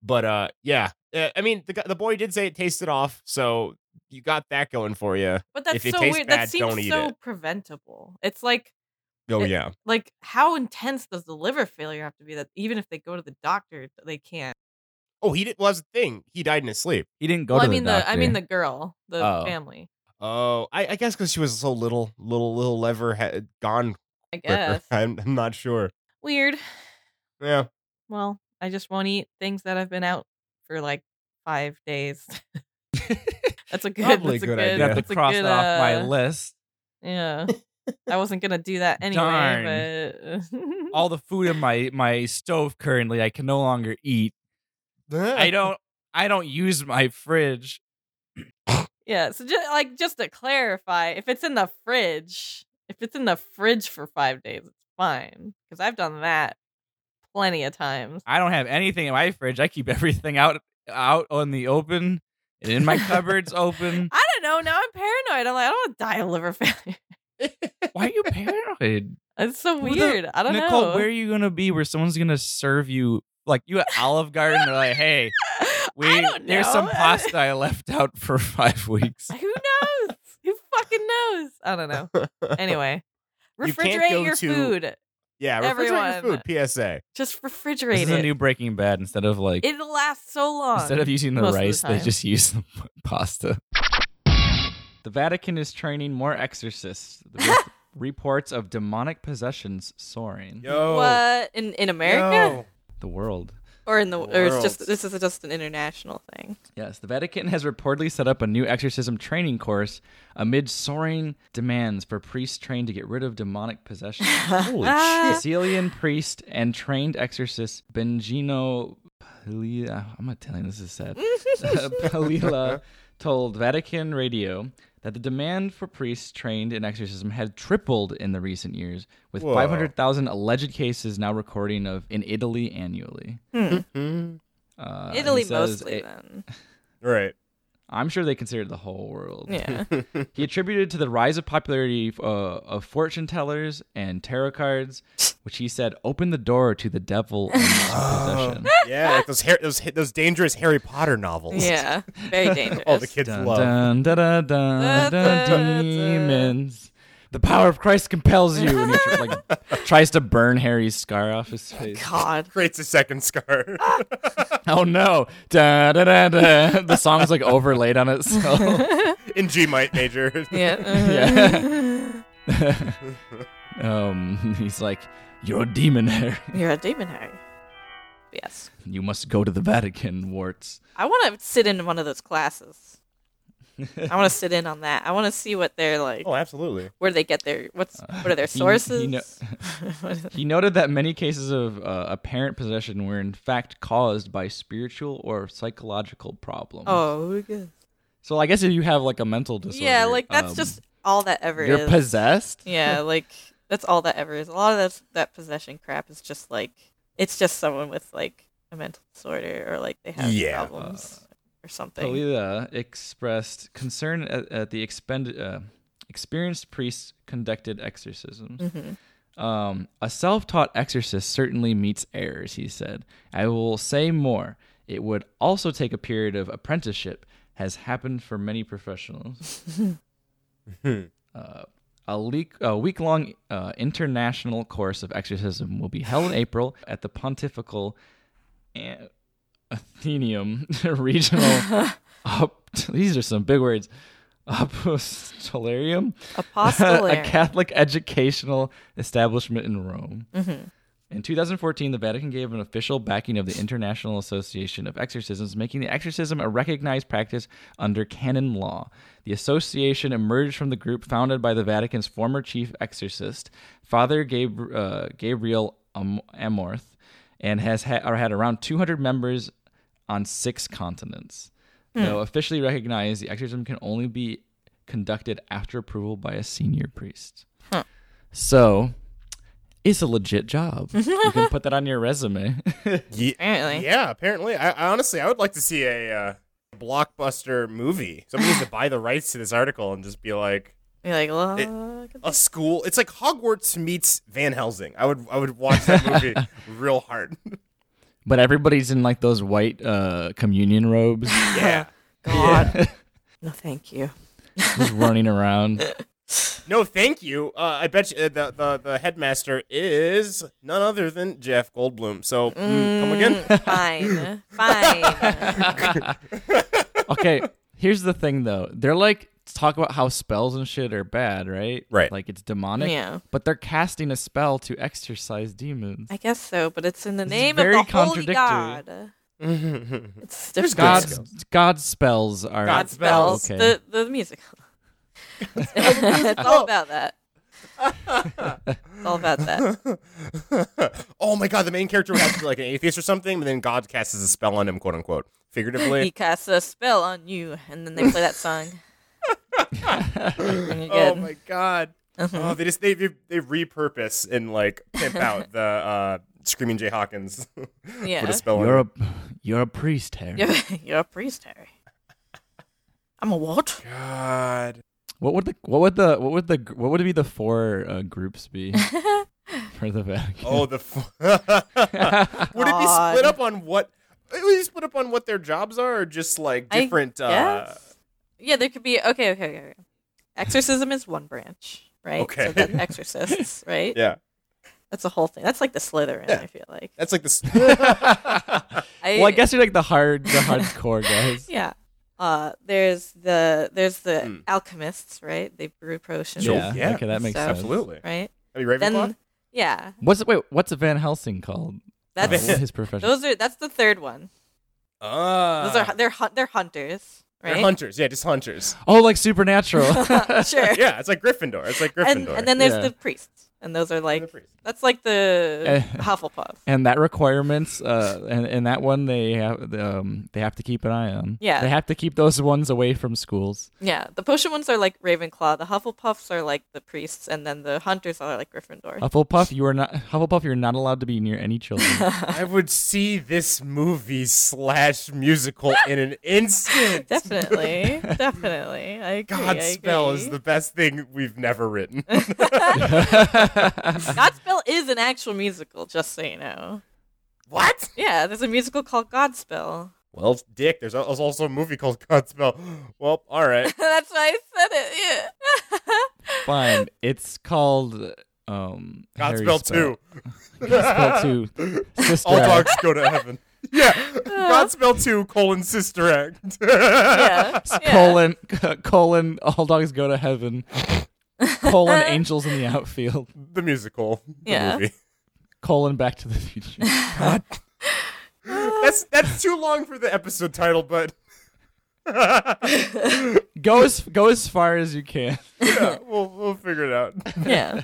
[SPEAKER 2] But uh, yeah, Uh, I mean, the gu- the boy did say it tasted off, so you got that going for you.
[SPEAKER 4] But that's
[SPEAKER 2] it
[SPEAKER 4] so
[SPEAKER 2] tastes
[SPEAKER 4] weird.
[SPEAKER 2] bad,
[SPEAKER 4] that seems
[SPEAKER 2] don't eat
[SPEAKER 4] so
[SPEAKER 2] it.
[SPEAKER 4] preventable. It's like
[SPEAKER 2] Oh
[SPEAKER 4] It-
[SPEAKER 2] yeah,
[SPEAKER 4] like how intense does the liver failure have to be that even if they go to the doctor they can't.
[SPEAKER 2] oh he did was a thing. He died in his sleep.
[SPEAKER 3] He didn't go
[SPEAKER 4] well,
[SPEAKER 3] to
[SPEAKER 4] I mean
[SPEAKER 3] the doctor.
[SPEAKER 4] I mean the girl, the
[SPEAKER 3] Oh.
[SPEAKER 4] family.
[SPEAKER 2] Oh, I, I guess because she was so little, little, little lever had gone
[SPEAKER 4] I
[SPEAKER 2] quicker.
[SPEAKER 4] guess.
[SPEAKER 3] <laughs>
[SPEAKER 2] I'm, I'm not sure.
[SPEAKER 4] Weird.
[SPEAKER 2] Yeah.
[SPEAKER 4] Well, I just won't eat things that have been out for like five
[SPEAKER 3] <laughs>
[SPEAKER 4] days. that's a good.
[SPEAKER 6] Probably
[SPEAKER 4] that's a
[SPEAKER 6] good
[SPEAKER 4] good
[SPEAKER 6] idea.
[SPEAKER 3] I
[SPEAKER 6] Yeah.
[SPEAKER 3] have to
[SPEAKER 4] that's a
[SPEAKER 3] cross
[SPEAKER 4] good,
[SPEAKER 3] it off my
[SPEAKER 4] uh,
[SPEAKER 3] list. <laughs>
[SPEAKER 4] Yeah, I wasn't gonna do that anyway. But
[SPEAKER 3] All the food in my my stove currently, I can no longer eat.
[SPEAKER 4] <laughs>
[SPEAKER 3] I
[SPEAKER 2] <laughs>
[SPEAKER 3] don't. I don't use my fridge.
[SPEAKER 4] <laughs> yeah, so just like just to clarify, if it's in the fridge, if it's in the fridge for five days, it's fine because I've done that plenty of times.
[SPEAKER 3] I don't have anything in my fridge. I keep everything out out on the open and in my cupboards open.
[SPEAKER 4] I don't know. Now I'm paranoid. I'm like, I don't want to die of liver failure.
[SPEAKER 3] Why are you paranoid?
[SPEAKER 4] It's so
[SPEAKER 3] Who the-
[SPEAKER 4] weird. I don't
[SPEAKER 3] Nicole,
[SPEAKER 7] <laughs>
[SPEAKER 4] know.
[SPEAKER 3] where are you gonna be? Where someone's gonna serve you like you at
[SPEAKER 4] <laughs>
[SPEAKER 3] Olive Garden? They're like, hey, we
[SPEAKER 4] I don't know.
[SPEAKER 3] there's some
[SPEAKER 4] I-
[SPEAKER 7] <laughs>
[SPEAKER 3] pasta I left out for <laughs>
[SPEAKER 4] <laughs>
[SPEAKER 3] five weeks.
[SPEAKER 4] Who knows? Who fucking knows? I don't know.
[SPEAKER 3] <laughs>
[SPEAKER 4] Anyway,
[SPEAKER 2] You can't go
[SPEAKER 4] refrigerate your
[SPEAKER 2] to-
[SPEAKER 4] food.
[SPEAKER 2] yeah, refrigerate your
[SPEAKER 4] Everyone.
[SPEAKER 2] food. PSA.
[SPEAKER 4] Just
[SPEAKER 3] This
[SPEAKER 4] refrigerate
[SPEAKER 3] is a
[SPEAKER 4] it.
[SPEAKER 3] new Breaking Bad. Instead of like
[SPEAKER 4] It'll last so long.
[SPEAKER 3] Instead of using the
[SPEAKER 4] most of the
[SPEAKER 3] rice, they
[SPEAKER 4] time.
[SPEAKER 3] just <laughs> use the p- pasta. The Vatican is training more
[SPEAKER 4] <laughs>
[SPEAKER 3] exorcists. The re- reports of demonic possessions soaring.
[SPEAKER 2] Yo.
[SPEAKER 6] What?
[SPEAKER 7] in in America
[SPEAKER 3] The world.
[SPEAKER 7] or in the
[SPEAKER 2] The
[SPEAKER 7] or it's just
[SPEAKER 2] world.
[SPEAKER 7] this is just an international thing.
[SPEAKER 3] Yes, the Vatican has reportedly set up a new exorcism training course amid soaring demands for priests trained to get rid of demonic possessions.
[SPEAKER 2] Holy
[SPEAKER 3] <laughs>
[SPEAKER 7] Ah.
[SPEAKER 2] shit.
[SPEAKER 3] Sicilian priest and trained exorcist Benigno Palila, I'm not telling you, this
[SPEAKER 7] <laughs>
[SPEAKER 3] is sad. Palila told Vatican Radio that the demand for priests trained in exorcism had tripled in the recent years, with
[SPEAKER 2] Whoa.
[SPEAKER 3] 500,000 alleged cases now recording of in Italy annually. Uh, and
[SPEAKER 7] Hmm. Italy
[SPEAKER 3] he says
[SPEAKER 7] mostly
[SPEAKER 3] it-
[SPEAKER 7] then.
[SPEAKER 3] <laughs>
[SPEAKER 2] Right.
[SPEAKER 3] I'm sure they considered the whole world.
[SPEAKER 7] Yeah.
[SPEAKER 3] He attributed to the rise of popularity uh, of fortune tellers and tarot cards, which he said opened the door to the devil and his possession.
[SPEAKER 2] Yeah, like those Har- those those dangerous Harry Potter novels.
[SPEAKER 7] <laughs> yeah.
[SPEAKER 3] <laughs>
[SPEAKER 7] Very dangerous.
[SPEAKER 2] All the kids
[SPEAKER 3] Dun,
[SPEAKER 2] love.
[SPEAKER 3] dun, dun, dun, dun,
[SPEAKER 7] Da, da, da, da.
[SPEAKER 3] dun, demons. The power of Christ compels you. And he tr- like, tries to burn Harry's scar off his face. <laughs>
[SPEAKER 7] God.
[SPEAKER 2] Creates a second scar. <laughs>
[SPEAKER 3] Oh no. Da, da, da, da. The song's like overlaid on itself.
[SPEAKER 2] in G might major. <laughs>
[SPEAKER 7] Yeah.
[SPEAKER 3] yeah. <laughs> um, he's like, You're a demon, Harry.
[SPEAKER 7] <laughs> You're a demon, Harry. Yes.
[SPEAKER 3] You must go to the Vatican, warts.
[SPEAKER 7] I want to sit in one of those classes. I want to sit in on that. I want to see what they're like,
[SPEAKER 2] Oh, absolutely.
[SPEAKER 7] where they get their what's what are their
[SPEAKER 3] you- you
[SPEAKER 7] sources.
[SPEAKER 3] know- He noted that many cases of uh, apparent possession were in fact caused by spiritual or psychological problems.
[SPEAKER 7] oh, we good.
[SPEAKER 3] So I guess if you have like a mental disorder.
[SPEAKER 7] yeah, like that's
[SPEAKER 3] um,
[SPEAKER 7] just all that ever
[SPEAKER 3] You're
[SPEAKER 7] is.
[SPEAKER 3] possessed?
[SPEAKER 7] yeah, like that's all that ever is. A lot of that that possession crap is just like it's just someone with like a mental disorder or like they have
[SPEAKER 2] Yeah.
[SPEAKER 7] problems or
[SPEAKER 3] Oh,
[SPEAKER 7] something.
[SPEAKER 3] Kalila expressed concern at, at the expend- uh, experienced priests conducted exorcisms.
[SPEAKER 7] Mhm.
[SPEAKER 3] Um, a self taught exorcist certainly meets errors, he said. I will say more. It would also take a period of apprenticeship, has happened for many professionals. uh, a leak, a week long uh, international course of exorcism will be held in April at the Pontifical A- Athenaeum <laughs> Regional. Op- these are some big words. Apostolarium <laughs> a
[SPEAKER 7] Apostolarium.
[SPEAKER 3] Catholic educational establishment in Rome. In 2014, the Vatican gave an official backing of the International Association of Exorcisms, making the exorcism a recognized practice under canon law. The association emerged from the group founded by the Vatican's former chief exorcist, Father Gab- uh, Gabriel Am- Amorth, and has ha- or had around 200 members on six continents. Though officially recognized, the exorcism can only be conducted after approval by a senior priest. So, it's a
[SPEAKER 8] <laughs>
[SPEAKER 3] legit job. you can put that on your resume. <laughs>
[SPEAKER 2] Ye-
[SPEAKER 7] Apparently.
[SPEAKER 2] Yeah, apparently. I, I honestly, I would like to see a uh, blockbuster movie. Somebody needs to buy the rights to this article and just be like
[SPEAKER 7] You're like, look
[SPEAKER 2] It-
[SPEAKER 7] at
[SPEAKER 2] a school. It's like Hogwarts meets Van Helsing. I would, I would watch that movie real hard.
[SPEAKER 3] but everybody's in like those white uh, communion robes,
[SPEAKER 2] Yeah.
[SPEAKER 7] God. No, thank you.
[SPEAKER 3] just running around.
[SPEAKER 2] <laughs>
[SPEAKER 8] <laughs>
[SPEAKER 2] No, thank you. Uh, I bet you uh, the, the the headmaster is none other than Jeff Goldblum. So mm, come again.
[SPEAKER 4] Mm,
[SPEAKER 2] <laughs>
[SPEAKER 7] Fine. Fine.
[SPEAKER 3] okay, here's the thing though. They're like talk about how spells and shit are bad, right?
[SPEAKER 8] Right.
[SPEAKER 3] Like it's demonic.
[SPEAKER 4] Yeah,
[SPEAKER 3] But they're casting a spell to exorcise demons.
[SPEAKER 4] I guess so, but it's in the
[SPEAKER 3] This is
[SPEAKER 4] name
[SPEAKER 3] very
[SPEAKER 4] of the holy
[SPEAKER 3] contradictory.
[SPEAKER 4] God. <laughs> It's
[SPEAKER 8] There's
[SPEAKER 4] different.
[SPEAKER 8] God's-
[SPEAKER 3] God's God's spells are
[SPEAKER 8] God's
[SPEAKER 4] spells.
[SPEAKER 3] Okay.
[SPEAKER 4] The the musical. <laughs> it's all about that. It's all about that.
[SPEAKER 8] oh my god, the main character would have to be like an atheist or something, but then God casts a spell on him, quote unquote,
[SPEAKER 4] He
[SPEAKER 8] figuratively.
[SPEAKER 4] casts a spell on you, and then they play that song. and you're good.
[SPEAKER 8] Oh my god.
[SPEAKER 4] Mhm.
[SPEAKER 8] Oh, they just they they, they repurpose and like pimp out the uh, screaming Jay Hawkins. <laughs>
[SPEAKER 4] Yeah.
[SPEAKER 8] Put a spell on
[SPEAKER 9] You're
[SPEAKER 8] him.
[SPEAKER 9] a you're a priest, Harry.
[SPEAKER 4] You're, <laughs> you're a priest, Harry. I'm a <laughs> what?
[SPEAKER 9] <laughs>
[SPEAKER 8] God.
[SPEAKER 3] What would the what would the what would the what would be the four uh, groups be for the Vatican?
[SPEAKER 8] Oh, the. F- <laughs> Would it be
[SPEAKER 4] God.
[SPEAKER 8] split up on what? Would it be split up on what their jobs are, or just like
[SPEAKER 4] I
[SPEAKER 8] different? uh,
[SPEAKER 4] Yes. Yeah, there could be. Okay, okay, okay. okay. Exorcism is one branch, right?
[SPEAKER 8] Okay.
[SPEAKER 4] So that's exorcists,
[SPEAKER 8] <laughs>
[SPEAKER 4] right?
[SPEAKER 8] yeah,
[SPEAKER 4] That's a whole thing. That's like the Slytherin.
[SPEAKER 8] Yeah.
[SPEAKER 4] I feel like.
[SPEAKER 8] that's like this.
[SPEAKER 9] <laughs>
[SPEAKER 4] I,
[SPEAKER 3] <laughs> well, I guess you're like the hard the hardcore guys.
[SPEAKER 4] Yeah. Uh, there's the there's the
[SPEAKER 8] Hmm.
[SPEAKER 4] alchemists, right? They brew potions.
[SPEAKER 8] Sure.
[SPEAKER 3] Yeah.
[SPEAKER 8] Yeah.
[SPEAKER 3] Okay, that makes
[SPEAKER 4] So-
[SPEAKER 8] <laughs>
[SPEAKER 3] sense.
[SPEAKER 8] Absolutely.
[SPEAKER 4] Right.
[SPEAKER 8] I mean, Ravenclaw.
[SPEAKER 4] Then yeah,
[SPEAKER 3] What's wait? What's a Van Helsing called?
[SPEAKER 8] <laughs>
[SPEAKER 3] Uh,
[SPEAKER 4] that's
[SPEAKER 3] what
[SPEAKER 4] <laughs>
[SPEAKER 3] his profession.
[SPEAKER 4] those are that's the third one.
[SPEAKER 8] ah,
[SPEAKER 4] Those are they're hun- they're hunters,
[SPEAKER 8] They're
[SPEAKER 4] right?
[SPEAKER 8] hunters. Yeah, just hunters.
[SPEAKER 3] oh, like supernatural.
[SPEAKER 4] <laughs> sure.
[SPEAKER 8] yeah, it's like Gryffindor. It's like <laughs> Gryffindor.
[SPEAKER 4] And and then there's
[SPEAKER 3] Yeah.
[SPEAKER 4] the priests, and those are
[SPEAKER 8] And the
[SPEAKER 4] like
[SPEAKER 8] priest.
[SPEAKER 4] that's like the
[SPEAKER 3] Eh.
[SPEAKER 4] Hufflepuff.
[SPEAKER 3] and that requirements uh and, and that one they have um they have to keep an eye on
[SPEAKER 4] Yeah.
[SPEAKER 3] they have to keep those ones away from schools
[SPEAKER 4] Yeah, the potion ones are like Ravenclaw. The Hufflepuffs are like the priests, and then the hunters are like Gryffindor.
[SPEAKER 3] hufflepuff you are not hufflepuff you're not allowed to be near any children <laughs>
[SPEAKER 8] I would see this movie slash musical in an instant.
[SPEAKER 4] <laughs> Definitely, definitely. I agree. I
[SPEAKER 8] Godspell is
[SPEAKER 4] agree.
[SPEAKER 8] the best thing we've never written.
[SPEAKER 4] Godspell is an actual musical, just so you know.
[SPEAKER 8] what?
[SPEAKER 4] Yeah, there's a musical called Godspell. <laughs>
[SPEAKER 8] Well, Dick, there's al- there's also a movie called <laughs> Godspell. Well, all <laughs> right.
[SPEAKER 4] That's why I said it. Yeah.
[SPEAKER 3] fine it's called um Harry
[SPEAKER 8] Godspell
[SPEAKER 3] Spell.
[SPEAKER 8] <laughs> two.
[SPEAKER 3] godspell <laughs> 2 sister
[SPEAKER 8] All
[SPEAKER 3] Act.
[SPEAKER 8] dogs go to heaven. <laughs> Yeah, Godspell two colon sister act. <laughs>
[SPEAKER 4] yeah. yeah.
[SPEAKER 3] colon <laughs> colon all dogs go to heaven
[SPEAKER 2] <laughs>
[SPEAKER 3] colon angels in the outfield
[SPEAKER 8] the musical. The
[SPEAKER 4] Yeah. <laughs>
[SPEAKER 8] movie.
[SPEAKER 3] colon back to the future
[SPEAKER 8] That's that's too long for the episode title, but <laughs>
[SPEAKER 3] go as go as far as you can
[SPEAKER 8] yeah, we'll we'll figure it out.
[SPEAKER 4] Yeah.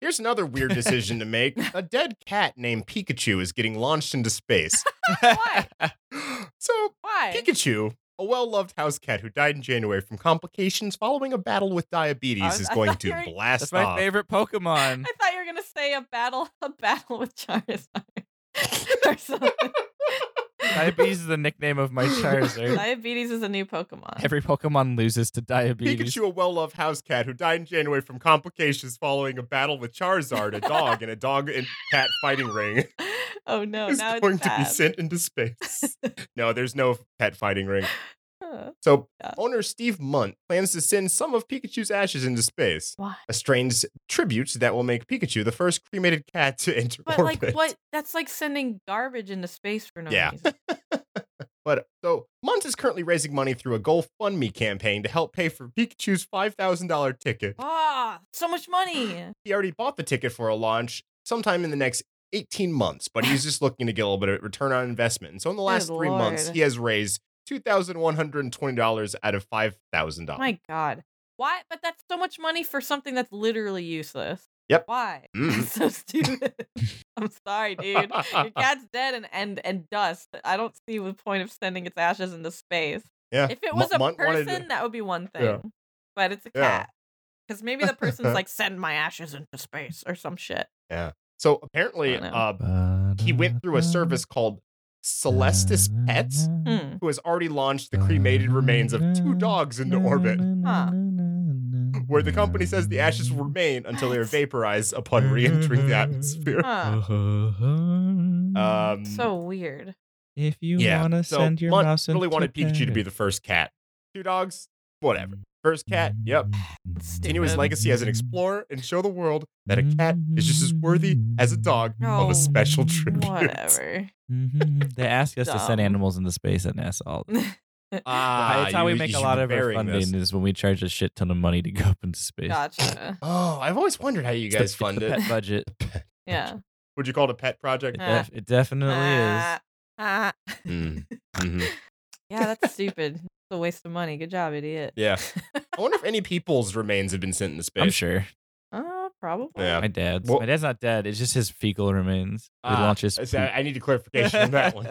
[SPEAKER 2] Here's another weird decision to make. A dead cat named Pikachu is getting launched into space.
[SPEAKER 4] Why?
[SPEAKER 8] <laughs>
[SPEAKER 2] So,
[SPEAKER 4] Why?
[SPEAKER 2] Pikachu, a well loved house cat who died in January from complications following a battle with diabetes,
[SPEAKER 4] I-
[SPEAKER 2] is
[SPEAKER 4] I
[SPEAKER 2] going
[SPEAKER 4] thought you
[SPEAKER 2] to
[SPEAKER 4] were-
[SPEAKER 2] blast
[SPEAKER 3] that's my
[SPEAKER 2] off.
[SPEAKER 3] favorite pokemon
[SPEAKER 4] I thought you were gonna say a battle, a battle with Charizard <laughs> or something.
[SPEAKER 3] diabetes is the nickname
[SPEAKER 2] <laughs>
[SPEAKER 3] of my charizard
[SPEAKER 4] Diabetes is a new Pokemon.
[SPEAKER 3] Every Pokemon loses to diabetes.
[SPEAKER 2] Pikachu, a well loved house cat who died in January from complications following a battle with Charizard, a dog, in a dog and cat fighting ring,
[SPEAKER 4] oh no!
[SPEAKER 2] is
[SPEAKER 4] now
[SPEAKER 2] going
[SPEAKER 4] it's
[SPEAKER 2] to be
[SPEAKER 4] bad.
[SPEAKER 2] sent into space. no, there's no pet fighting ring.
[SPEAKER 4] Huh.
[SPEAKER 2] So,
[SPEAKER 4] Yeah.
[SPEAKER 2] owner Steve Munt plans to send some of Pikachu's ashes into space,
[SPEAKER 4] Why?
[SPEAKER 2] a strange tribute that will make Pikachu the first cremated cat to <laughs> enter
[SPEAKER 1] But
[SPEAKER 2] orbit.
[SPEAKER 1] like what? That's like sending garbage into space for no
[SPEAKER 2] Yeah.
[SPEAKER 1] reason.
[SPEAKER 2] But so Munt is currently raising money through a GoFundMe campaign to help pay for Pikachu's five thousand dollar ticket.
[SPEAKER 1] Ah, so much
[SPEAKER 2] <laughs>
[SPEAKER 1] money.
[SPEAKER 2] He already bought the ticket for a launch sometime in the next eighteen months, but he's just looking to get a little bit of return on investment. And so in the last
[SPEAKER 1] Good
[SPEAKER 2] three months,
[SPEAKER 1] lord.
[SPEAKER 2] he has raised two thousand one hundred and twenty dollars out of five thousand dollars.
[SPEAKER 1] My God. Why? But that's so much money for something that's literally useless.
[SPEAKER 2] Yep.
[SPEAKER 1] Why? <laughs>
[SPEAKER 2] Mm.
[SPEAKER 1] It's so stupid. <laughs> I'm sorry, dude. Your
[SPEAKER 2] <laughs>
[SPEAKER 1] cat's dead and, and and dust. I don't see the point of sending its ashes into space.
[SPEAKER 2] Yeah.
[SPEAKER 1] If it was
[SPEAKER 2] Munt-
[SPEAKER 1] a
[SPEAKER 2] Munt wanted
[SPEAKER 1] person,
[SPEAKER 2] to-
[SPEAKER 1] that would be one thing.
[SPEAKER 2] Yeah.
[SPEAKER 1] But it's a
[SPEAKER 2] Yeah.
[SPEAKER 1] cat. Because maybe
[SPEAKER 2] <laughs>
[SPEAKER 1] the person's like, send my ashes into space or some shit.
[SPEAKER 2] So apparently,
[SPEAKER 1] I don't know.
[SPEAKER 2] uh, he went through a service called Celestis Pets, <laughs>
[SPEAKER 1] Hmm.
[SPEAKER 2] who has already launched the cremated remains of two dogs into orbit,
[SPEAKER 1] Huh.
[SPEAKER 3] Hmm.
[SPEAKER 2] where the company says the ashes will remain until they are vaporized upon re entering the
[SPEAKER 4] <laughs>
[SPEAKER 2] atmosphere.
[SPEAKER 1] Huh.
[SPEAKER 3] Um,
[SPEAKER 2] Um,
[SPEAKER 1] So weird.
[SPEAKER 3] if you
[SPEAKER 2] yeah,
[SPEAKER 3] want to
[SPEAKER 2] so
[SPEAKER 3] send your
[SPEAKER 2] Munt
[SPEAKER 3] mouse
[SPEAKER 2] really
[SPEAKER 3] into
[SPEAKER 2] wanted Pikachu to be
[SPEAKER 3] Paris.
[SPEAKER 2] the first cat. Two dogs, whatever. First cat, yep. Continue his
[SPEAKER 1] Stupid.
[SPEAKER 2] legacy
[SPEAKER 3] Mm-hmm.
[SPEAKER 2] as an explorer and show the world that a cat is just as worthy as a dog of
[SPEAKER 3] Mm-hmm.
[SPEAKER 1] Oh,
[SPEAKER 2] a special tribute.
[SPEAKER 1] Whatever. <laughs>
[SPEAKER 3] Mhm. They ask us to send
[SPEAKER 1] Dumb.
[SPEAKER 3] animals into space at NASA all the
[SPEAKER 2] <laughs> Ah,
[SPEAKER 3] That's how we
[SPEAKER 2] you-
[SPEAKER 3] make
[SPEAKER 2] you
[SPEAKER 3] a
[SPEAKER 2] should
[SPEAKER 3] lot
[SPEAKER 2] be
[SPEAKER 3] of our
[SPEAKER 2] burying
[SPEAKER 3] funding
[SPEAKER 2] this.
[SPEAKER 3] is when we charge a shit ton of money to go up into space.
[SPEAKER 4] Gotcha.
[SPEAKER 10] Oh, I've always wondered how you
[SPEAKER 3] It's the-
[SPEAKER 10] guys
[SPEAKER 3] it's
[SPEAKER 10] fund
[SPEAKER 3] the
[SPEAKER 10] it.
[SPEAKER 3] pet budget.
[SPEAKER 4] Yeah.
[SPEAKER 10] Would you call it a pet
[SPEAKER 2] <laughs>
[SPEAKER 3] It,
[SPEAKER 10] project?
[SPEAKER 4] Uh,
[SPEAKER 3] def- it definitely is.
[SPEAKER 2] Uh,
[SPEAKER 4] Ah, ah.
[SPEAKER 2] Mm,
[SPEAKER 3] Mm-hmm.
[SPEAKER 2] mhm.
[SPEAKER 4] Yeah, that's stupid. It's a waste of money. Good job, idiot.
[SPEAKER 2] Yeah. I wonder if any people's remains have been sent into space.
[SPEAKER 3] I'm sure.
[SPEAKER 4] <laughs> Uh, probably.
[SPEAKER 2] Yeah.
[SPEAKER 3] My dad's.
[SPEAKER 2] Well-
[SPEAKER 3] my dad's not dead. It's just his fecal remains. It
[SPEAKER 2] Uh,
[SPEAKER 10] Ah,
[SPEAKER 3] launches.
[SPEAKER 10] I said- I need a clarification on that
[SPEAKER 3] <laughs>
[SPEAKER 10] one.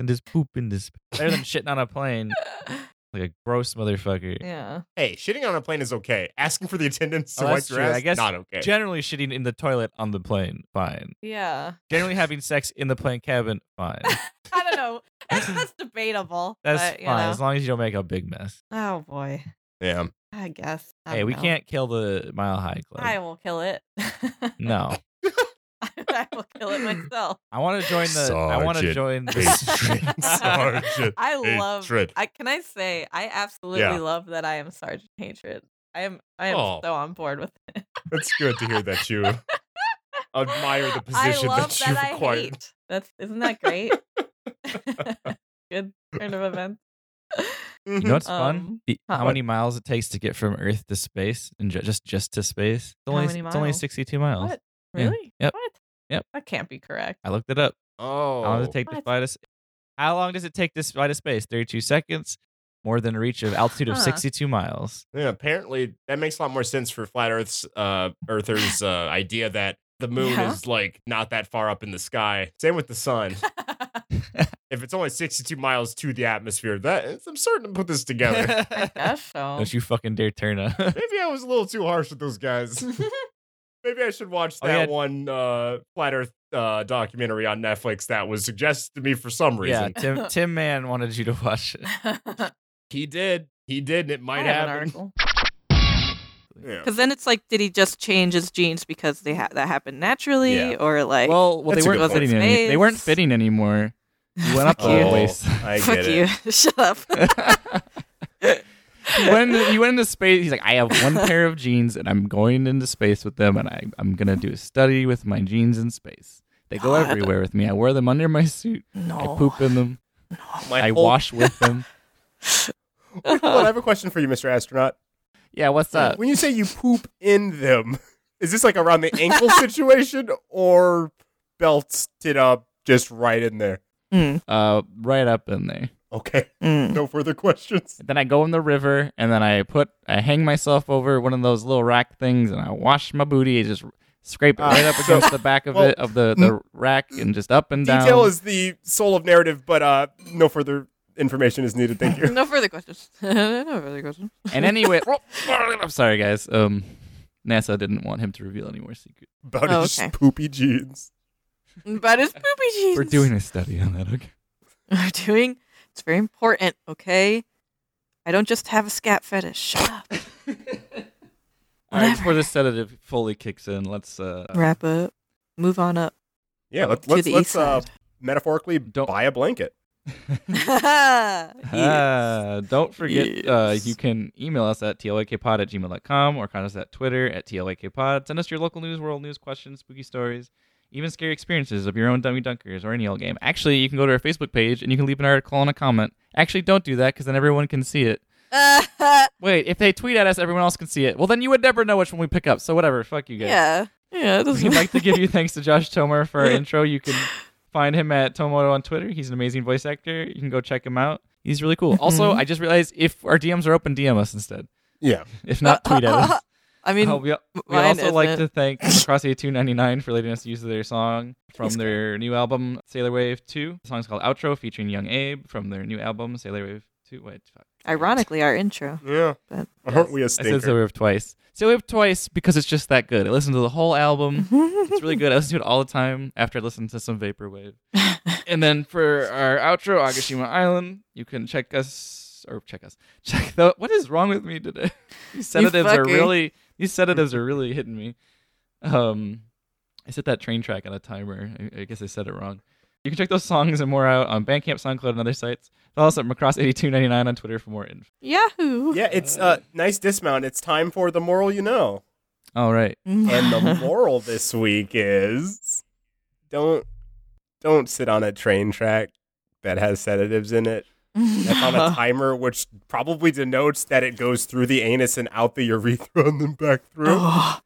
[SPEAKER 3] and just poop into <laughs> space. Better than shitting on a plane like a gross motherfucker.
[SPEAKER 4] <laughs> Yeah.
[SPEAKER 10] Hey, shitting on a plane is okay. Asking for the attendance to
[SPEAKER 3] Oh,
[SPEAKER 10] wipe
[SPEAKER 3] that's
[SPEAKER 10] your
[SPEAKER 3] true.
[SPEAKER 10] ass,
[SPEAKER 3] I guess
[SPEAKER 10] not okay.
[SPEAKER 3] Generally shitting in the toilet on the plane, fine.
[SPEAKER 4] Yeah.
[SPEAKER 3] Generally having sex in the plane cabin,
[SPEAKER 4] <laughs>
[SPEAKER 3] fine.
[SPEAKER 4] I don't know. That's, that's debatable.
[SPEAKER 3] <laughs> That's
[SPEAKER 4] but, you
[SPEAKER 3] fine
[SPEAKER 4] know.
[SPEAKER 3] as long as you don't make a big mess.
[SPEAKER 4] Oh boy.
[SPEAKER 2] Yeah.
[SPEAKER 4] I guess. I
[SPEAKER 3] Hey,
[SPEAKER 4] don't
[SPEAKER 3] we
[SPEAKER 4] know.
[SPEAKER 3] can't kill the mile high club.
[SPEAKER 4] I will kill it.
[SPEAKER 3] <laughs>
[SPEAKER 4] <laughs>
[SPEAKER 3] no,
[SPEAKER 4] I will kill
[SPEAKER 3] <laughs>
[SPEAKER 4] it myself.
[SPEAKER 3] I want to join the. I want to
[SPEAKER 2] Sergeant
[SPEAKER 3] join the.
[SPEAKER 2] Hatred.
[SPEAKER 3] <laughs>
[SPEAKER 4] <laughs>
[SPEAKER 2] Sergeant
[SPEAKER 4] I love.
[SPEAKER 2] hatred.
[SPEAKER 4] I can I say I absolutely
[SPEAKER 2] Yeah.
[SPEAKER 4] love that I am Sergeant Hatred. I am. I am
[SPEAKER 2] Oh.
[SPEAKER 4] so on board with it.
[SPEAKER 2] It's good to hear that
[SPEAKER 4] <laughs>
[SPEAKER 2] you admire the
[SPEAKER 4] I
[SPEAKER 2] position
[SPEAKER 4] love
[SPEAKER 2] that you've
[SPEAKER 4] I
[SPEAKER 2] acquired.
[SPEAKER 4] <laughs> hate. That's isn't that
[SPEAKER 3] <laughs>
[SPEAKER 4] great? <laughs> Good turn of events.
[SPEAKER 2] Mm-hmm.
[SPEAKER 3] you know what's fun?
[SPEAKER 4] Um,
[SPEAKER 3] The-
[SPEAKER 4] huh.
[SPEAKER 3] How many miles it takes to get from Earth to space and ju- just just to space? It's only
[SPEAKER 4] many
[SPEAKER 3] it's only
[SPEAKER 4] miles?
[SPEAKER 3] sixty two miles.
[SPEAKER 4] What?
[SPEAKER 3] Yeah.
[SPEAKER 4] Really?
[SPEAKER 3] Yep.
[SPEAKER 4] What?
[SPEAKER 3] Yep.
[SPEAKER 4] That can't be correct.
[SPEAKER 11] <laughs>
[SPEAKER 3] I looked it up.
[SPEAKER 2] Oh.
[SPEAKER 3] How long does it take to
[SPEAKER 4] What?
[SPEAKER 3] fly to? s- How long does it take to fly to space? Thirty-two seconds, more than a reach of altitude of
[SPEAKER 4] Huh.
[SPEAKER 3] sixty-two miles.
[SPEAKER 2] Yeah, apparently that makes a lot more sense for flat Earth's uh, Earthers' uh, idea that the moon
[SPEAKER 4] Yeah.
[SPEAKER 2] is like not that far up in the sky. Same with the
[SPEAKER 4] <laughs>
[SPEAKER 2] sun. if it's only sixty-two miles to the atmosphere, that I'm starting to put this together.
[SPEAKER 4] <laughs> I guess so. <laughs>
[SPEAKER 3] Don't you fucking dare turn up.
[SPEAKER 2] Maybe I was a little too harsh with those guys. Maybe I should watch
[SPEAKER 3] Oh,
[SPEAKER 2] that
[SPEAKER 3] yeah.
[SPEAKER 2] one uh, flat Earth uh, documentary on Netflix that was suggested to me for some
[SPEAKER 3] <laughs> yeah,
[SPEAKER 2] reason.
[SPEAKER 4] <laughs>
[SPEAKER 3] Tim Tim Mann wanted you to watch it.
[SPEAKER 2] He did. He did, and it
[SPEAKER 4] I
[SPEAKER 2] might
[SPEAKER 4] have an
[SPEAKER 2] happen.
[SPEAKER 11] <laughs>
[SPEAKER 4] article.
[SPEAKER 2] Yeah.
[SPEAKER 11] Because then it's like, did he just change his genes because they ha- that happened naturally,
[SPEAKER 2] Yeah.
[SPEAKER 11] or like,
[SPEAKER 3] Well, well,
[SPEAKER 2] That's a
[SPEAKER 3] they weren't
[SPEAKER 2] good point.
[SPEAKER 3] fitting. Any, they weren't
[SPEAKER 11] Space. <laughs>
[SPEAKER 3] fitting anymore. You <laughs> went up
[SPEAKER 11] Fuck
[SPEAKER 3] a little
[SPEAKER 11] you.
[SPEAKER 3] ways.
[SPEAKER 2] Oh, I
[SPEAKER 4] <laughs>
[SPEAKER 2] get
[SPEAKER 11] fuck
[SPEAKER 2] it.
[SPEAKER 11] you, <laughs> shut
[SPEAKER 3] <laughs>
[SPEAKER 11] up.
[SPEAKER 3] he went into, he went into space. He's like, I have one pair of jeans, and I'm going into space with them, and I, I'm gonna do a study with my jeans in space. They go
[SPEAKER 11] God.
[SPEAKER 3] everywhere with me. I wear them under my suit.
[SPEAKER 11] no,
[SPEAKER 3] I poop in them.
[SPEAKER 2] My
[SPEAKER 3] I
[SPEAKER 2] whole- <laughs>
[SPEAKER 3] wash with <laughs> them.
[SPEAKER 2] Well, I have a question for you, Mr. Astronaut.
[SPEAKER 3] Yeah, what's up?
[SPEAKER 2] when you say you poop in them, <laughs> is this like around the ankle situation or belted it up just right in there?
[SPEAKER 11] <laughs> Mm,
[SPEAKER 3] Uh, right up in there.
[SPEAKER 2] Okay,
[SPEAKER 11] mm.
[SPEAKER 2] <laughs> no further questions.
[SPEAKER 3] Then I go in the river, and then I put, I hang myself over one of those little rack things, and I wash my booty. I just scrape it
[SPEAKER 2] Ah,
[SPEAKER 3] right up
[SPEAKER 2] so-
[SPEAKER 3] against the back of
[SPEAKER 2] well, mm.
[SPEAKER 3] it of the the rack, and just up and down.
[SPEAKER 2] Detail is <laughs> the soul of narrative, but uh, no further information is needed. Thank
[SPEAKER 4] <laughs>
[SPEAKER 2] you.
[SPEAKER 11] no further questions. no further questions.
[SPEAKER 3] and anyway, I'm sorry, guys. Um, NASA didn't want him to reveal any more secrets.
[SPEAKER 2] About
[SPEAKER 11] Oh,
[SPEAKER 2] his
[SPEAKER 11] okay.
[SPEAKER 2] poopy jeans.
[SPEAKER 11] But
[SPEAKER 3] <laughs>
[SPEAKER 11] it's poopy jeans.
[SPEAKER 3] We're doing a study on that. Okay.
[SPEAKER 11] <laughs> We're doing. It's very important. Okay. I don't just have a scat fetish. Shut up.
[SPEAKER 3] All right, before the sedative fully kicks in, let's uh,
[SPEAKER 11] Wrap up. Move on
[SPEAKER 3] <laughs>
[SPEAKER 11] up. <laughs>
[SPEAKER 2] Yeah, let's
[SPEAKER 11] To
[SPEAKER 2] let's,
[SPEAKER 11] the
[SPEAKER 2] let's
[SPEAKER 11] east
[SPEAKER 2] uh,
[SPEAKER 11] side.
[SPEAKER 2] metaphorically
[SPEAKER 3] Don't-
[SPEAKER 2] buy a blanket.
[SPEAKER 11] <laughs> Yes.
[SPEAKER 3] Ah, don't forget uh,
[SPEAKER 11] Yes.
[SPEAKER 3] you can email us at tlakpod at gmail.com or contact us at Twitter at tlakpod. Send us your local news, world news questions, spooky stories, even scary experiences of your own dummy dunkers or any old game. Actually, you can go to our Facebook page and you can leave an article and a comment. Actually, don't do that because then everyone can see it. Wait, if they tweet at us, everyone else can see it. Well, then you would never know which one we pick up. So whatever, fuck you guys.
[SPEAKER 11] yeah. Yeah. It doesn't
[SPEAKER 3] We'd like to give you thanks to Josh Tomer for our intro. You can find him at Tomoto on Twitter. He's an amazing voice actor. You can go check him out. He's really cool. Also,
[SPEAKER 11] Mm-hmm.
[SPEAKER 3] I just realized if our DMs are open, DM us instead.
[SPEAKER 2] Yeah,
[SPEAKER 11] <laughs>
[SPEAKER 3] If not, tweet at us.
[SPEAKER 11] I mean,
[SPEAKER 3] Uh, we we
[SPEAKER 11] mine
[SPEAKER 3] also like
[SPEAKER 11] isn't.
[SPEAKER 3] to thank Crossy 299 for letting us use their song from their new album, Sailor Wave 2. The song's called Outro, featuring Young Abe from their new album, Sailor Wave 2. Wait, fuck.
[SPEAKER 11] ironically, our
[SPEAKER 3] <laughs>
[SPEAKER 11] intro.
[SPEAKER 2] yeah.
[SPEAKER 11] But-
[SPEAKER 2] Aren't we a
[SPEAKER 3] I said
[SPEAKER 2] stinker?
[SPEAKER 3] Sailor Wave twice. Sailor Wave twice because it's just that good. I listened to the whole album. It's really good. I listen to it all the time after I listen to some vaporwave. and then for our outro, Agashima Island, you can check us or check us. Check the what is wrong with me today? <laughs> These sedatives are
[SPEAKER 11] fucker.
[SPEAKER 3] really these sedatives are really hitting me. Um I set that train track on a timer. I, I guess I said it wrong. You can check those songs and more out on Bandcamp, SoundCloud, and other sites. Follow us at Macross8299 on Twitter for more info.
[SPEAKER 11] Yahoo.
[SPEAKER 2] Yeah, it's uh, nice dismount. It's time for the moral you know.
[SPEAKER 3] All right.
[SPEAKER 2] And
[SPEAKER 4] <laughs>
[SPEAKER 2] the
[SPEAKER 11] <laughs>
[SPEAKER 2] moral this week is don't don't sit on a train track that has sedatives in it
[SPEAKER 11] <laughs>
[SPEAKER 2] That's on a timer, which probably denotes that it goes through the anus and out the urethra and then back through.
[SPEAKER 4] Oh.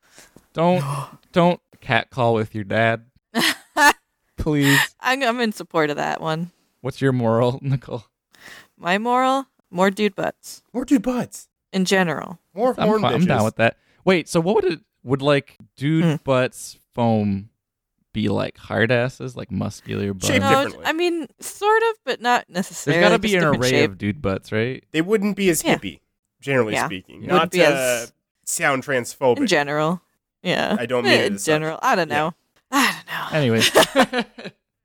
[SPEAKER 3] Don't don't cat call with your dad, please.
[SPEAKER 4] I'm, I'm in support of that one.
[SPEAKER 3] What's your moral, Nicole?
[SPEAKER 4] My moral, more dude butts
[SPEAKER 2] More dude butts.
[SPEAKER 4] in general.
[SPEAKER 2] More
[SPEAKER 3] I'm,
[SPEAKER 2] horn
[SPEAKER 3] fi- I'm
[SPEAKER 2] bitches.
[SPEAKER 3] down with that. Wait, so what would it would like dude
[SPEAKER 4] Hmm.
[SPEAKER 3] butts foam be like hard asses, like muscular butts?
[SPEAKER 2] Shaped
[SPEAKER 4] No,
[SPEAKER 2] differently.
[SPEAKER 4] I mean, sort of, but not necessarily.
[SPEAKER 3] There's got to
[SPEAKER 4] just
[SPEAKER 3] be an
[SPEAKER 4] different
[SPEAKER 3] array
[SPEAKER 4] shape.
[SPEAKER 3] of dude
[SPEAKER 2] <laughs>
[SPEAKER 3] butts, right?
[SPEAKER 2] They wouldn't be as
[SPEAKER 4] Yeah.
[SPEAKER 2] hippie, generally
[SPEAKER 4] Yeah.
[SPEAKER 2] speaking.
[SPEAKER 3] Wouldn't
[SPEAKER 2] Not
[SPEAKER 4] be
[SPEAKER 2] to
[SPEAKER 4] as-
[SPEAKER 2] sound transphobic.
[SPEAKER 4] in general. Yeah,
[SPEAKER 2] I don't mean it
[SPEAKER 4] in
[SPEAKER 2] as such.
[SPEAKER 4] general. I don't
[SPEAKER 2] Yeah.
[SPEAKER 4] know. I don't
[SPEAKER 2] <laughs>
[SPEAKER 4] know.
[SPEAKER 3] Anyways,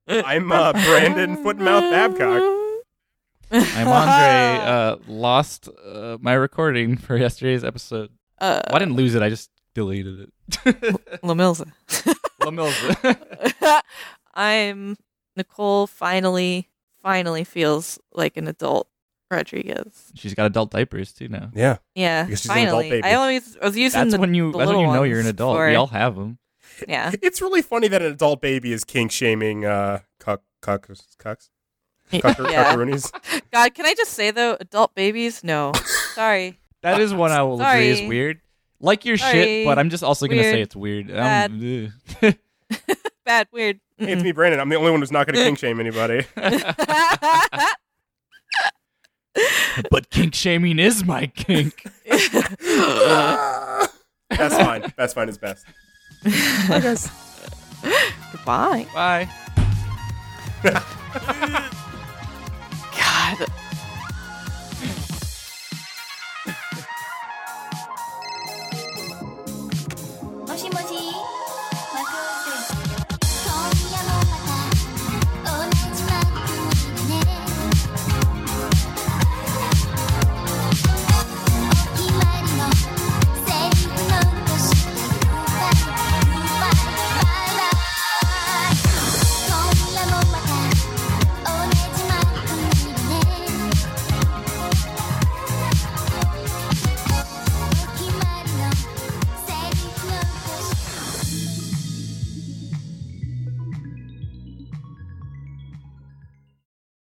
[SPEAKER 2] I'm uh, Brandon Footmouth Babcock.
[SPEAKER 3] I'm Andre. Uh, lost uh, my recording for yesterday's episode.
[SPEAKER 4] Uh,
[SPEAKER 3] Well, I didn't lose it. I just deleted it.
[SPEAKER 4] Lamilza.
[SPEAKER 3] Lamilza.
[SPEAKER 4] <laughs> I'm Nicole. Finally, finally feels like an adult. Rodriguez.
[SPEAKER 3] <laughs> She's got adult diapers
[SPEAKER 4] <laughs>
[SPEAKER 3] too now.
[SPEAKER 2] Yeah.
[SPEAKER 4] Yeah,
[SPEAKER 2] Because she's an adult
[SPEAKER 4] finally.
[SPEAKER 2] baby.
[SPEAKER 4] I always I was using
[SPEAKER 3] That's
[SPEAKER 4] the
[SPEAKER 3] when you.
[SPEAKER 4] the
[SPEAKER 3] That's when you
[SPEAKER 4] little
[SPEAKER 3] know you're an
[SPEAKER 4] ones
[SPEAKER 3] adult.
[SPEAKER 4] for-
[SPEAKER 3] We all have them. <laughs>
[SPEAKER 4] yeah.
[SPEAKER 2] It's really funny that an adult baby is kink shaming uh, cuck, cuckers, cucks. Cucker,
[SPEAKER 4] Yeah.
[SPEAKER 2] Cuckaroonies.
[SPEAKER 4] God, can I just say though, adult
[SPEAKER 2] <laughs>
[SPEAKER 4] babies? No, sorry.
[SPEAKER 3] That is one I will agree
[SPEAKER 4] <laughs>
[SPEAKER 3] is
[SPEAKER 4] Sorry.
[SPEAKER 3] weird. Like your shit,
[SPEAKER 4] Sorry.
[SPEAKER 3] but I'm just also gonna say
[SPEAKER 4] Weird.
[SPEAKER 3] it's weird.
[SPEAKER 4] Bad.
[SPEAKER 3] Um,
[SPEAKER 4] Bad, weird.
[SPEAKER 2] Hey, <laughs>
[SPEAKER 4] Mm-mm. <laughs>
[SPEAKER 2] it's me, Brandon. I'm the only one who's not going to kink shame anybody.
[SPEAKER 3] but kink shaming is my kink.
[SPEAKER 2] That's fine. That's fine. It's best.
[SPEAKER 4] Goodbye.
[SPEAKER 3] Bye.
[SPEAKER 4] God.